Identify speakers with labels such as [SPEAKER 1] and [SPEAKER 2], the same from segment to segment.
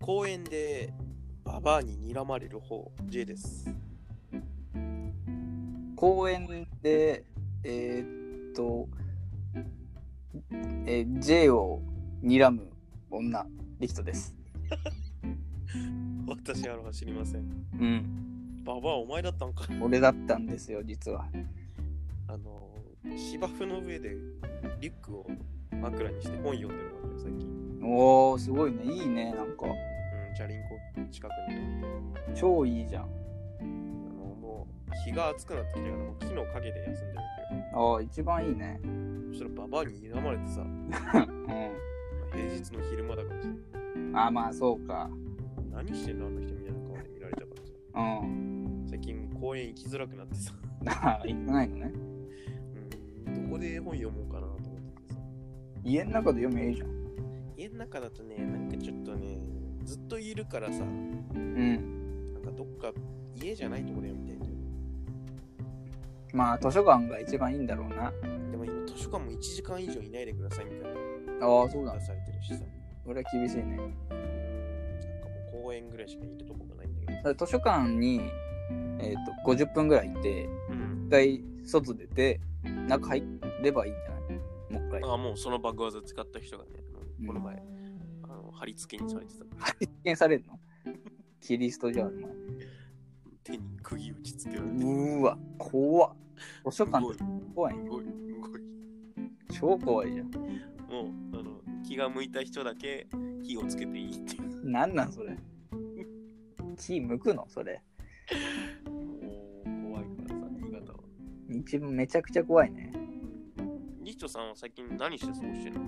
[SPEAKER 1] 公園でババアに睨まれる方 J です
[SPEAKER 2] 公園で、えーっと、えー J を睨む女、リキトです。
[SPEAKER 1] 私あらは知りません
[SPEAKER 2] うん。
[SPEAKER 1] ババアお前だったんか
[SPEAKER 2] 俺だったんですよ、実は。
[SPEAKER 1] あの芝生の上でリュックを枕にして本読んでるわけよ最近うん
[SPEAKER 2] おー、すごいね。いいね、なんか。
[SPEAKER 1] チャリンコ近くにいて
[SPEAKER 2] 超いいじゃん。
[SPEAKER 1] あのもう日が暑くなってきてからもう木の陰で休んでるわけよ
[SPEAKER 2] あー、一番いいね。
[SPEAKER 1] そしたらババアに睨まれてさ
[SPEAKER 2] う
[SPEAKER 1] 平日の昼間だからさ
[SPEAKER 2] ん。あー、まあ、そうか。
[SPEAKER 1] 何してんのあの人みたいな顔で見られたからさ
[SPEAKER 2] うん。
[SPEAKER 1] 最近公園行きづらくなってさ
[SPEAKER 2] あー、行ってないのね。
[SPEAKER 1] うんどこで絵本読もうかなと思っててさ
[SPEAKER 2] 家の中で読めばいいじゃん。
[SPEAKER 1] 家の中だとねなんかちょっとねずっといるからさな
[SPEAKER 2] うん。
[SPEAKER 1] んかどっか家じゃないとこで読みたいんだよ
[SPEAKER 2] まあ、図書館が一番いいんだろうな。
[SPEAKER 1] でも今図書館も1時間以上いないでくださいみたい
[SPEAKER 2] ああ、そう
[SPEAKER 1] な
[SPEAKER 2] だ
[SPEAKER 1] 出。されてるしさ
[SPEAKER 2] それは厳しいね。
[SPEAKER 1] なんかもう公園ぐらいしかいるとこがないんだけど
[SPEAKER 2] だから図書館に、えー、と50分ぐらいいて、
[SPEAKER 1] うん
[SPEAKER 2] 一回外出て、中入ればいいんじゃないもう一回。
[SPEAKER 1] あもうそのバグ技使った人がねあ
[SPEAKER 2] うん
[SPEAKER 1] のこの前、あの貼り付けにされてた
[SPEAKER 2] 発見されるのキリストじゃん。お前
[SPEAKER 1] 手に釘打ちつけられて
[SPEAKER 2] うーわ、怖っ。図書
[SPEAKER 1] す
[SPEAKER 2] 館
[SPEAKER 1] ごいす
[SPEAKER 2] 怖いね。
[SPEAKER 1] ごいすごい
[SPEAKER 2] 超怖いじゃん。
[SPEAKER 1] もうあの気が向いた人だけ火をつけていいっていう
[SPEAKER 2] なんなんそれ。木向くのそれ。
[SPEAKER 1] もう怖いからさ新潟は
[SPEAKER 2] 一番めちゃくちゃ怖いね。
[SPEAKER 1] ニッチョさんは最近何して過ごしてるの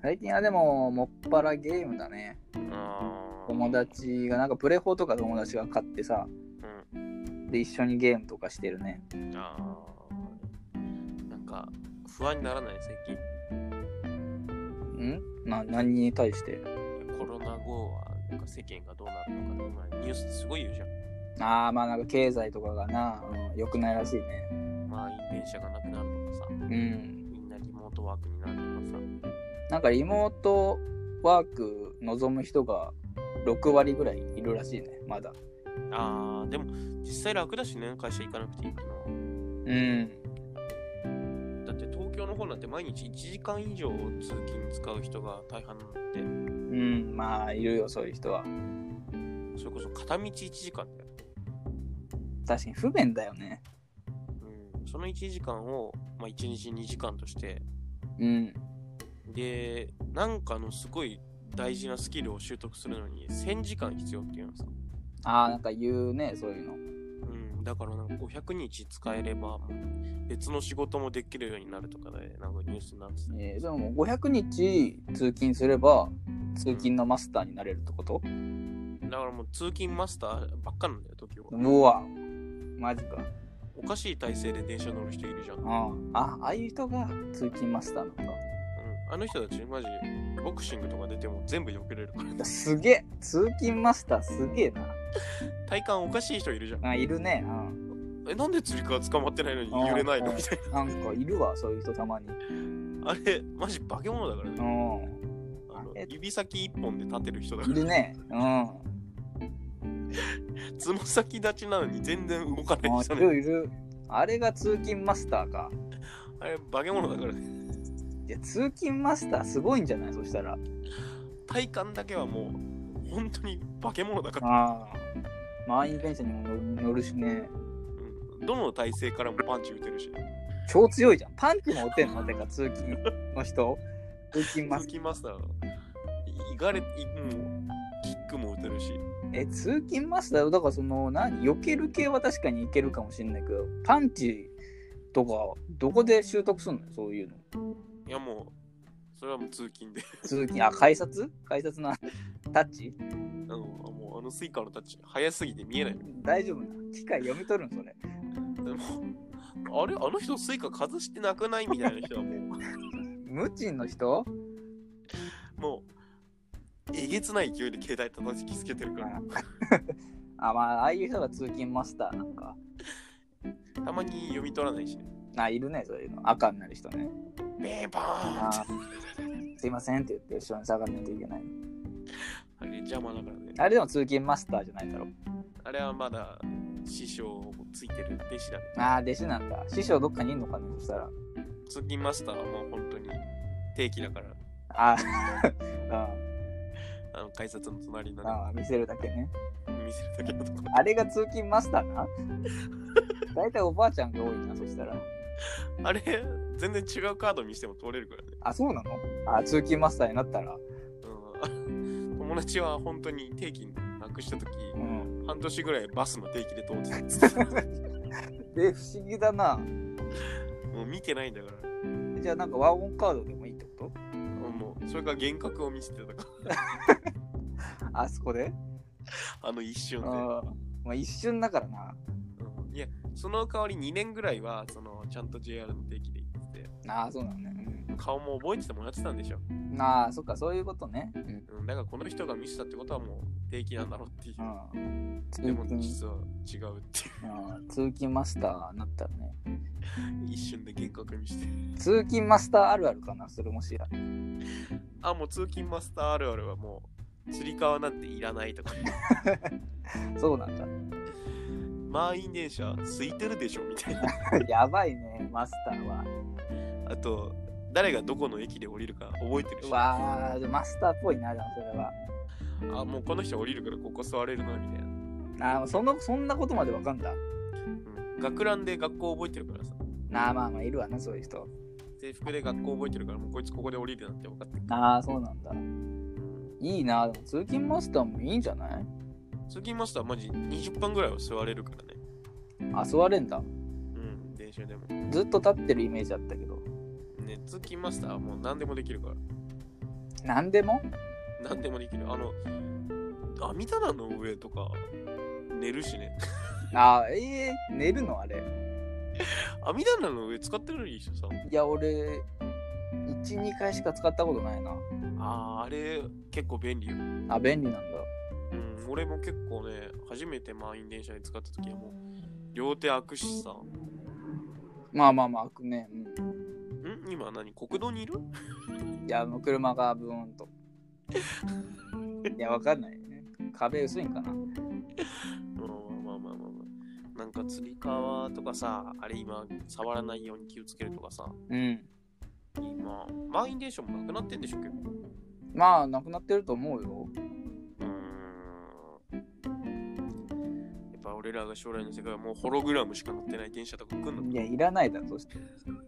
[SPEAKER 2] 最近はでも、もっぱらゲームだね。
[SPEAKER 1] あー
[SPEAKER 2] 友達が、なんかプレホとか友達が買ってさ、
[SPEAKER 1] う
[SPEAKER 2] で、一緒にゲームとかしてるね。
[SPEAKER 1] んあーなんか不安にならない最近
[SPEAKER 2] んな、何に対して
[SPEAKER 1] コロナ後はなんか世間がどうなるのかとか今ニュースってすごい言うじゃん
[SPEAKER 2] ああまあなんか経済とかがな、うん、良くないらしいね
[SPEAKER 1] 満員電車がなくなるとかさ
[SPEAKER 2] うん
[SPEAKER 1] みんなリモートワークになるとかさ
[SPEAKER 2] なんかリモートワーク望む人が6割ぐらいいるらしいねまだ
[SPEAKER 1] あーでも実際楽だしね会社行かなくていいっていうのは
[SPEAKER 2] うん
[SPEAKER 1] だって東京の方なんて毎日1時間以上通勤使う人が大半なんで
[SPEAKER 2] うんまあいるよそういう人は
[SPEAKER 1] それこそ片道1時間だよ、
[SPEAKER 2] 確かに不便だよね
[SPEAKER 1] うん、その1時間を、まあ、1日2時間として
[SPEAKER 2] うん
[SPEAKER 1] でなんかのすごい大事なスキルを習得するのに1000時間必要っていうのさ、
[SPEAKER 2] ああなんか言うねそういうの
[SPEAKER 1] うん、だからなんか500日使えればもう別の仕事もできるようになるとかでなんかニュースになってた
[SPEAKER 2] えーでも500日通勤すれば通勤のマスターになれるってこと
[SPEAKER 1] だからもう通勤マスターばっかなんだよ東京は
[SPEAKER 2] うわマジか
[SPEAKER 1] おかしい体勢で電車乗る人いるじゃん、うん、
[SPEAKER 2] ああああいう人が通勤マスターなんだ
[SPEAKER 1] あの人たちマジボクシングとか出ても全部避けれるから
[SPEAKER 2] すげえ通勤マスターすげえな
[SPEAKER 1] 体感おかしい人いるじゃん。
[SPEAKER 2] あいるね、うん、
[SPEAKER 1] え、なんで釣り革捕まってないのに揺れないの
[SPEAKER 2] あー
[SPEAKER 1] みたい
[SPEAKER 2] なんかいるわそういう人たまに
[SPEAKER 1] な。あれ、マジ化け物だから
[SPEAKER 2] う
[SPEAKER 1] ね。あ
[SPEAKER 2] ん
[SPEAKER 1] の
[SPEAKER 2] え
[SPEAKER 1] 指先一本で立てる人だか
[SPEAKER 2] いるねうんあ
[SPEAKER 1] ら。つま先立ちなのに全然動かない人
[SPEAKER 2] い
[SPEAKER 1] ね。
[SPEAKER 2] るいるあれが通勤マスターか
[SPEAKER 1] あれ、化け物だからね。
[SPEAKER 2] いや通勤マスターすごいんじゃないそしたら
[SPEAKER 1] 体感だけはもう、本当に化け物だから。
[SPEAKER 2] あー満員電車にも乗る乗るしね
[SPEAKER 1] うんどの体勢からもパンチ打てるし。
[SPEAKER 2] 超強いじゃんパンチも打てんのてか通勤の人通勤マ
[SPEAKER 1] 通
[SPEAKER 2] スター
[SPEAKER 1] 勤マスターは、いがれ、いもう、キックも打てるし。
[SPEAKER 2] え通勤マスターだからその何避ける系は確かにいけるかもしんないけどパンチとかどこで習得すんのよそういうの
[SPEAKER 1] いやもう、それはもう通勤で。
[SPEAKER 2] 通勤あ改札改札なタッチ
[SPEAKER 1] あの、もうあのスイカのタッチ、早すぎて見えない。
[SPEAKER 2] 大丈夫な機械読み取るんそれ
[SPEAKER 1] でも、あれあの人スイカ外してなくないみたいな人はも
[SPEAKER 2] 無賃の人
[SPEAKER 1] う、 もう、えげつない勢いで携帯叩きつけてるから。
[SPEAKER 2] あまあああいう人が通勤マスターなんか
[SPEAKER 1] たまに読み取らないし、ね、
[SPEAKER 2] あいるねそういうの赤になる人ね
[SPEAKER 1] ベーバーンっ
[SPEAKER 2] あすいませんって言って後ろに下がらないといけない
[SPEAKER 1] てあれ邪魔だからね。
[SPEAKER 2] あれでも通勤マスターじゃないだろ。
[SPEAKER 1] あれはまだ師匠ついてる弟子だね。
[SPEAKER 2] ああ、弟子なんだ。師匠どっかにいんのかね、そしたら。
[SPEAKER 1] 通勤マスターはもう本当に定期だから、
[SPEAKER 2] あー あ
[SPEAKER 1] あの改札の隣の
[SPEAKER 2] ー、
[SPEAKER 1] ね、
[SPEAKER 2] あー見せるだけね。
[SPEAKER 1] 見せるだけのとこ
[SPEAKER 2] あれが通勤マスターな大体おばあちゃんが多いな、そしたら。
[SPEAKER 1] あれ、全然違うカード見しても通れるからね。
[SPEAKER 2] あ、そうなのあ、通勤マスターになったら。
[SPEAKER 1] うん、 友達は本当に定期なくしたとき、
[SPEAKER 2] うん。
[SPEAKER 1] 半年ぐらいバスの定期で通ってたっつ ってた
[SPEAKER 2] え、不思議だな。
[SPEAKER 1] もう見てないんだから。
[SPEAKER 2] じゃあなんかワンオンカードでもいいってこと
[SPEAKER 1] もう、それが幻覚を見せてたから、
[SPEAKER 2] あそこで
[SPEAKER 1] あの一瞬
[SPEAKER 2] う
[SPEAKER 1] で
[SPEAKER 2] ん。。まあ一瞬だからな。
[SPEAKER 1] うんいや、その代わり2年ぐらいは、その、ちゃんと JR の定期で行ってて、
[SPEAKER 2] ああ、そうなのね。
[SPEAKER 1] 顔も覚えててもらってたんでしょ。
[SPEAKER 2] うん、ああ、そっか、そういうことね。うん。
[SPEAKER 1] うん、だからこの人が見せたってことはもう定期なんだろうっていう。
[SPEAKER 2] うん、通
[SPEAKER 1] でも
[SPEAKER 2] 勤
[SPEAKER 1] 実は違うってい
[SPEAKER 2] うん通勤マスターになったらね。
[SPEAKER 1] う 一瞬で幻覚見して
[SPEAKER 2] 通勤マスターあるあるかな、それもしや。
[SPEAKER 1] あもう通勤マスターあるあるはもうつり革なんていらないとか
[SPEAKER 2] そうなんだ。
[SPEAKER 1] 満員電車空いてるでしょみたいな
[SPEAKER 2] やばいね、マスターは。
[SPEAKER 1] あと誰がどこの駅で降りるか覚えてるしあ
[SPEAKER 2] わあ、マスターっぽいな、でもそれは。
[SPEAKER 1] もうこの人降りるからここ座れるなみたいな、
[SPEAKER 2] ああ、そのそんなことまでわかんだ。
[SPEAKER 1] うん、学ランで学校覚えてるからさ
[SPEAKER 2] なあ、まあまあ、いるわね、そういう人。
[SPEAKER 1] 制服で学校覚えてるからもうこいつここで降りるなんて分かってる
[SPEAKER 2] ああ、そうなんだ。いいな、でも通勤マスターもいいんじゃない
[SPEAKER 1] 通勤マスターマジ20分ぐらいは座れるからね
[SPEAKER 2] あ、座れんだ。
[SPEAKER 1] うん電車でも
[SPEAKER 2] ずっと立ってるイメージあったけど。
[SPEAKER 1] ね通勤マスターはもう何でもできるから
[SPEAKER 2] なんでも
[SPEAKER 1] 何でもできるあの網棚の上とか寝るしね
[SPEAKER 2] ああ、ええ寝るのあれ。
[SPEAKER 1] 網棚の上使ってるでしょさ
[SPEAKER 2] いや、俺、1、2回しか使ったことないな。
[SPEAKER 1] あーあれ結構便利よ、
[SPEAKER 2] あ、便利なんだ。
[SPEAKER 1] うん、俺も結構ね初めて満員電車で使った時はもう両手開くしさ
[SPEAKER 2] まあまあまあ、開くね。うん
[SPEAKER 1] 今何国道にいる
[SPEAKER 2] ん。いや、もう車がブーンと。いや、わかんないね。壁薄いんかな。
[SPEAKER 1] うんまあまあまあまあまあなんかつり革とかさあれ今触らないように気をつけるとかさ
[SPEAKER 2] うん。
[SPEAKER 1] 今満員電車もなくなってんでしょ結構
[SPEAKER 2] まあ、なくなってると思うよ。
[SPEAKER 1] うーんやっぱ俺らが将来の世界はもうホログラムしか乗ってない電車とか来んの
[SPEAKER 2] いや、いらないだろ、そして。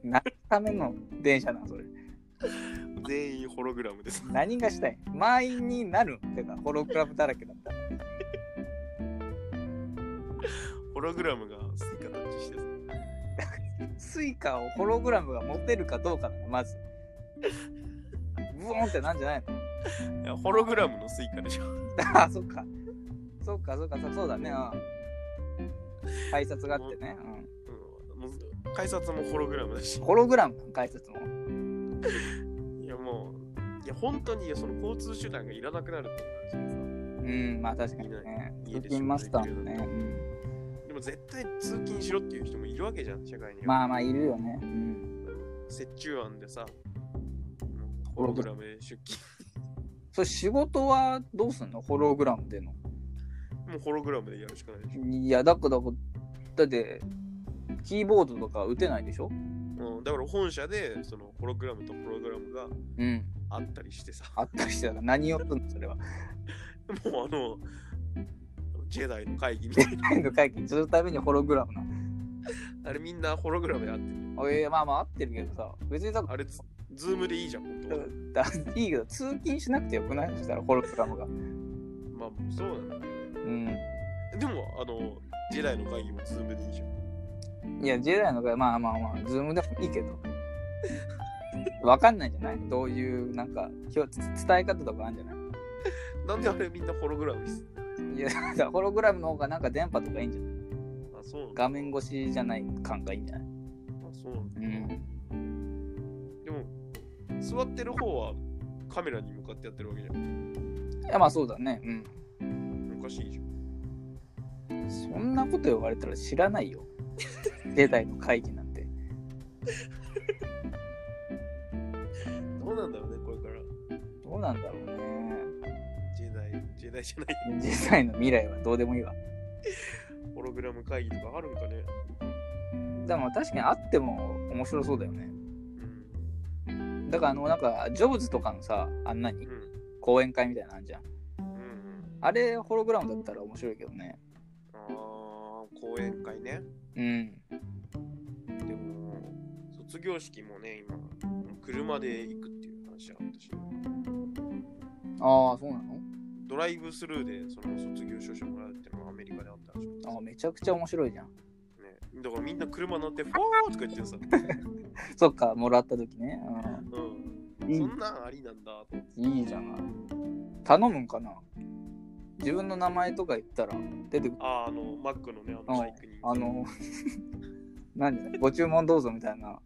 [SPEAKER 2] 何のための電車なん、それ。
[SPEAKER 1] 全員ホログラムです。
[SPEAKER 2] 何がしたい満員になるってか、ホログラムだらけだったら。
[SPEAKER 1] ホログラムがスイカタッチしてさ
[SPEAKER 2] スイカをホログラムが持てるかどうかなの、まず。ブーンってなんじゃないの
[SPEAKER 1] いやホログラムのスイカでしょ。
[SPEAKER 2] あ あ、そっか。そっか、そっか、そそうだね。うん。改札があってね。
[SPEAKER 1] うんもう改札もホログラムだし
[SPEAKER 2] うん。。ホログラムなの、改札も。
[SPEAKER 1] いやもう、いや本当にいやその交通手段がいらなくなるってことなんですよ
[SPEAKER 2] うん、まあ確かにね。
[SPEAKER 1] いいね
[SPEAKER 2] 通勤マスターもね。うん
[SPEAKER 1] さでも絶対通勤しろっていう人もいるわけじゃん、社会には。
[SPEAKER 2] まあまあ、いるよね。うん。
[SPEAKER 1] 折衷案でさ、うんホログラムで出勤。
[SPEAKER 2] それ仕事はどうすんのホログラムでの。
[SPEAKER 1] もうホログラムでやるしかないでしょ。
[SPEAKER 2] いや、だからだだって、キーボードとか打てないでしょ
[SPEAKER 1] うん、だから本社でそのホログラムとホログラムが
[SPEAKER 2] うん。
[SPEAKER 1] あったりしてさ、
[SPEAKER 2] あったりしてたから何をすんのそれは。
[SPEAKER 1] もうあの、ジェダイの会議みたいな、
[SPEAKER 2] 会の会議するためにホログラムなの。
[SPEAKER 1] あれみんなホログラムであってる。
[SPEAKER 2] おいまあまあ合ってるけどさ、別にだか
[SPEAKER 1] あれズ、ズームでいいじゃん、本当
[SPEAKER 2] ら、
[SPEAKER 1] は。
[SPEAKER 2] だいいけど、通勤しなくてよくないそしたらホログラムが。
[SPEAKER 1] まあ、そうなんだけどね。
[SPEAKER 2] うん。
[SPEAKER 1] でも、あの、ジェダイの会議もズームでいいじゃん。
[SPEAKER 2] いや、ジェダイの会、まあまあまあ、ズームでもいいけど。 わかんないんじゃないどういう、なんか、表伝え方とかあるんじゃない
[SPEAKER 1] なんであれみんなホログラムです。
[SPEAKER 2] いや、だからホログラムの方がなんか電波とかいいんじゃない
[SPEAKER 1] あ、そうなんだ。
[SPEAKER 2] 画面越しじゃない感がいいんじゃない
[SPEAKER 1] あ、そうなんだ。
[SPEAKER 2] うん。
[SPEAKER 1] でも、座ってる方はカメラに向かってやってるわけじゃん。
[SPEAKER 2] いや、まあそうだね。うん。
[SPEAKER 1] おかしいじゃん。
[SPEAKER 2] そんなこと言われたら知らないよ。 ジェダイの会議なんて。
[SPEAKER 1] どうなんだろうね、これから。
[SPEAKER 2] どうなんだろうね。
[SPEAKER 1] ジェダイ時代じゃない。
[SPEAKER 2] 実際の未来はどうでもいいわ。
[SPEAKER 1] ホログラム会議とかあるんかね。
[SPEAKER 2] でも確かにあっても面白そうだよね。
[SPEAKER 1] うん。
[SPEAKER 2] だからあの、なんか、ジョブズとかのさ、あんなに
[SPEAKER 1] うん。
[SPEAKER 2] 講演会みたいなのあんじゃん。
[SPEAKER 1] うんうん。
[SPEAKER 2] あれ、ホログラムだったら面白いけどね。
[SPEAKER 1] あー、講演会ね。
[SPEAKER 2] うん。
[SPEAKER 1] でも、卒業式もね、今、車で行くっていう話は私、
[SPEAKER 2] ああ、そうなの
[SPEAKER 1] ドライブスルーでその卒業証書もらうっていうのがアメリカであったらしくて
[SPEAKER 2] あーめちゃくちゃ面白いじゃん。
[SPEAKER 1] ね。だからみんな車乗って、フォーとか言ってさ、
[SPEAKER 2] そっか、もらった時ね。
[SPEAKER 1] うん。
[SPEAKER 2] うん。い
[SPEAKER 1] そんなんありなんだと。
[SPEAKER 2] いいいじゃない。頼むんかな自分の名前とか言ったら出てくる。
[SPEAKER 1] あー、あの、マックのね、あ
[SPEAKER 2] う
[SPEAKER 1] の
[SPEAKER 2] ん
[SPEAKER 1] バイクに。
[SPEAKER 2] あの、 何ご注文どうぞみたいな。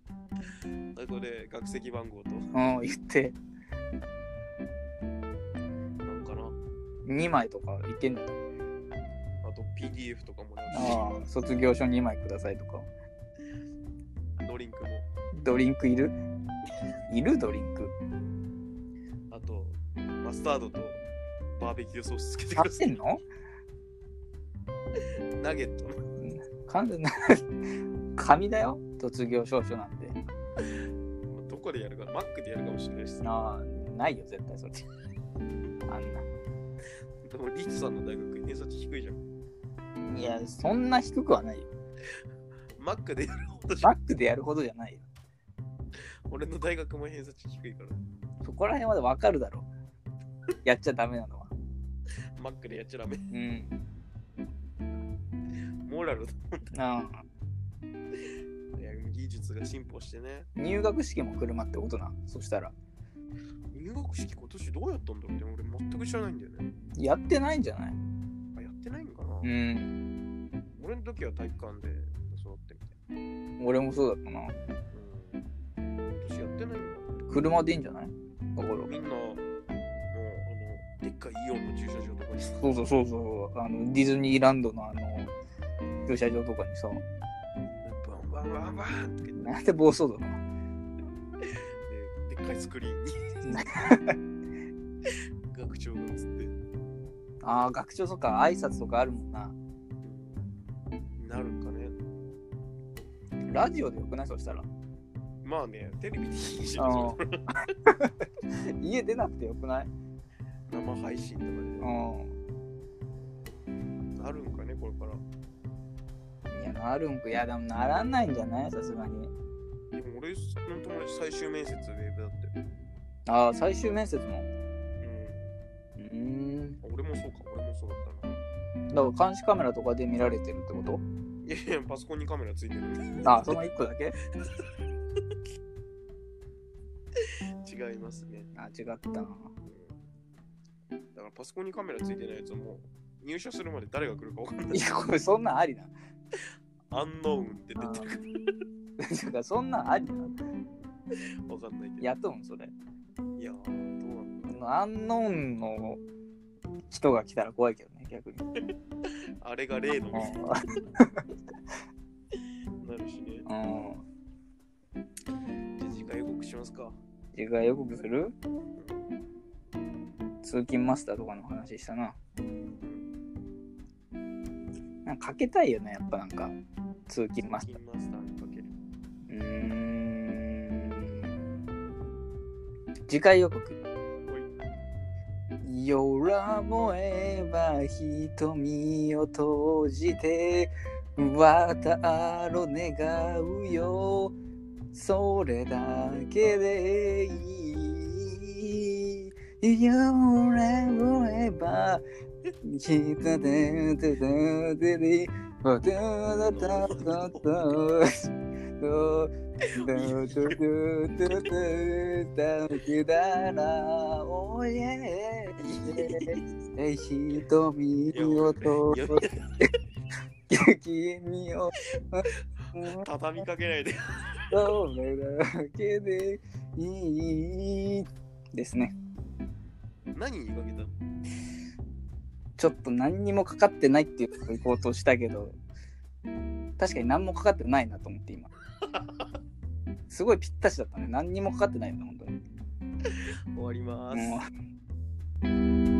[SPEAKER 1] そこで学籍番号と、
[SPEAKER 2] うん、言って、
[SPEAKER 1] なんかな。
[SPEAKER 2] 2枚とかいけんだよ。
[SPEAKER 1] あと PDF とかもらうし、
[SPEAKER 2] ああ、卒業証2枚くださいとか。
[SPEAKER 1] ドリンクも。
[SPEAKER 2] ドリンクいるいるドリンク。
[SPEAKER 1] あと、マスタードとバーベキューソースつけてく
[SPEAKER 2] 買
[SPEAKER 1] だ
[SPEAKER 2] っ
[SPEAKER 1] さ
[SPEAKER 2] て
[SPEAKER 1] い。
[SPEAKER 2] んの
[SPEAKER 1] ナゲットの。
[SPEAKER 2] 完全な紙だよ卒業証書なんて。
[SPEAKER 1] どこでやるか、マックでやるかもしれないしさ。
[SPEAKER 2] ああ、ないよ、絶対それ。 あんな。
[SPEAKER 1] でも、リッツさんの大学、偏差値低いじゃん。
[SPEAKER 2] いや、そんな低くはないよ。
[SPEAKER 1] マックで やるほどじゃん
[SPEAKER 2] バックでやるほどじゃないよ。
[SPEAKER 1] 俺の大学も偏差値低いから、
[SPEAKER 2] そこら辺までわかるだろ。やっちゃダメなのは。
[SPEAKER 1] マックでやっちゃダメ。
[SPEAKER 2] うん。
[SPEAKER 1] モラルだ。
[SPEAKER 2] あ
[SPEAKER 1] いや技術が進歩してね。
[SPEAKER 2] ー入学式も車ってことな。そしたら。
[SPEAKER 1] 入学式今年どうやったんだろうって俺全く知らないんだよね。
[SPEAKER 2] やってないんじゃない
[SPEAKER 1] あ、やってないんかな、
[SPEAKER 2] うん。
[SPEAKER 1] 俺の時は体育館で教わってみた
[SPEAKER 2] 俺もそうだったな。
[SPEAKER 1] いな。うん。今年やってないんだ。
[SPEAKER 2] 車でいいんじゃないだから。
[SPEAKER 1] みんな、もう、あの、でっかいイオンの駐車場とかにさ、
[SPEAKER 2] そうそうそうそう。あの、ディズニーランドのあの、駐車場とかにさ、
[SPEAKER 1] バンバンバンバンって言っ
[SPEAKER 2] なんで暴走だな。
[SPEAKER 1] て、でっかいスクリーンに、学長が映って、
[SPEAKER 2] ああ、学長とか挨拶とかあるもんな。
[SPEAKER 1] なるんかね。
[SPEAKER 2] ラジオでよくないそしたら。
[SPEAKER 1] まあね、テレビでいいし、
[SPEAKER 2] あ
[SPEAKER 1] 生
[SPEAKER 2] の 家出なくてよくない
[SPEAKER 1] 配信と
[SPEAKER 2] う
[SPEAKER 1] か
[SPEAKER 2] ん。
[SPEAKER 1] で、なるんかね、これから。
[SPEAKER 2] いや、なるんか。いや、でもならないんじゃないさすがに。
[SPEAKER 1] でも俺の友達最終面接ウェブだって。
[SPEAKER 2] ああ、最終面接も。
[SPEAKER 1] う
[SPEAKER 2] うーん。
[SPEAKER 1] ん。俺もそうか、俺もそうだったな。
[SPEAKER 2] だから監視カメラとかで見られてるってこと
[SPEAKER 1] いやいや、パソコンにカメラついてるんで。
[SPEAKER 2] ああ、その1個だけ
[SPEAKER 1] 違いますね。
[SPEAKER 2] ああ、違ったな。
[SPEAKER 1] だからパソコンにカメラついてないやつはもう入社するまで誰が来るか分かんない。
[SPEAKER 2] いや、これそんなんありな。
[SPEAKER 1] アンノーンって出てるか
[SPEAKER 2] だからそんなんありな。
[SPEAKER 1] ら分かんないけど。
[SPEAKER 2] 雇うん、それ。
[SPEAKER 1] いやー、どうなんだ
[SPEAKER 2] あのアンノーンの人が来たら怖いけどね、逆に。
[SPEAKER 1] あれが例のミスに
[SPEAKER 2] う
[SPEAKER 1] なるしね。
[SPEAKER 2] ん。うん
[SPEAKER 1] じゃあ次回予告しますか。
[SPEAKER 2] 次回予告する
[SPEAKER 1] うん
[SPEAKER 2] 通勤マスターとかの話したな。なんかかけたいよね、やっぱなんか。通勤マスター。
[SPEAKER 1] 金マスターにかける。
[SPEAKER 2] うーん。次回予告。夜もえば瞳を閉じて渡ろ願うよそれだけでいい夜もえばひたてててててわたたたたただらおええ瞳をと
[SPEAKER 1] や
[SPEAKER 2] 君を
[SPEAKER 1] 畳みかけないで。
[SPEAKER 2] それだけでいいですね
[SPEAKER 1] 何にかけたの
[SPEAKER 2] ちょっと何にもかかってないっていうことを行こうとしたけど確かに何もかかってないなと思って今すごいぴったしだったね何にもかかってないよね本当に
[SPEAKER 1] 終わります。
[SPEAKER 2] もう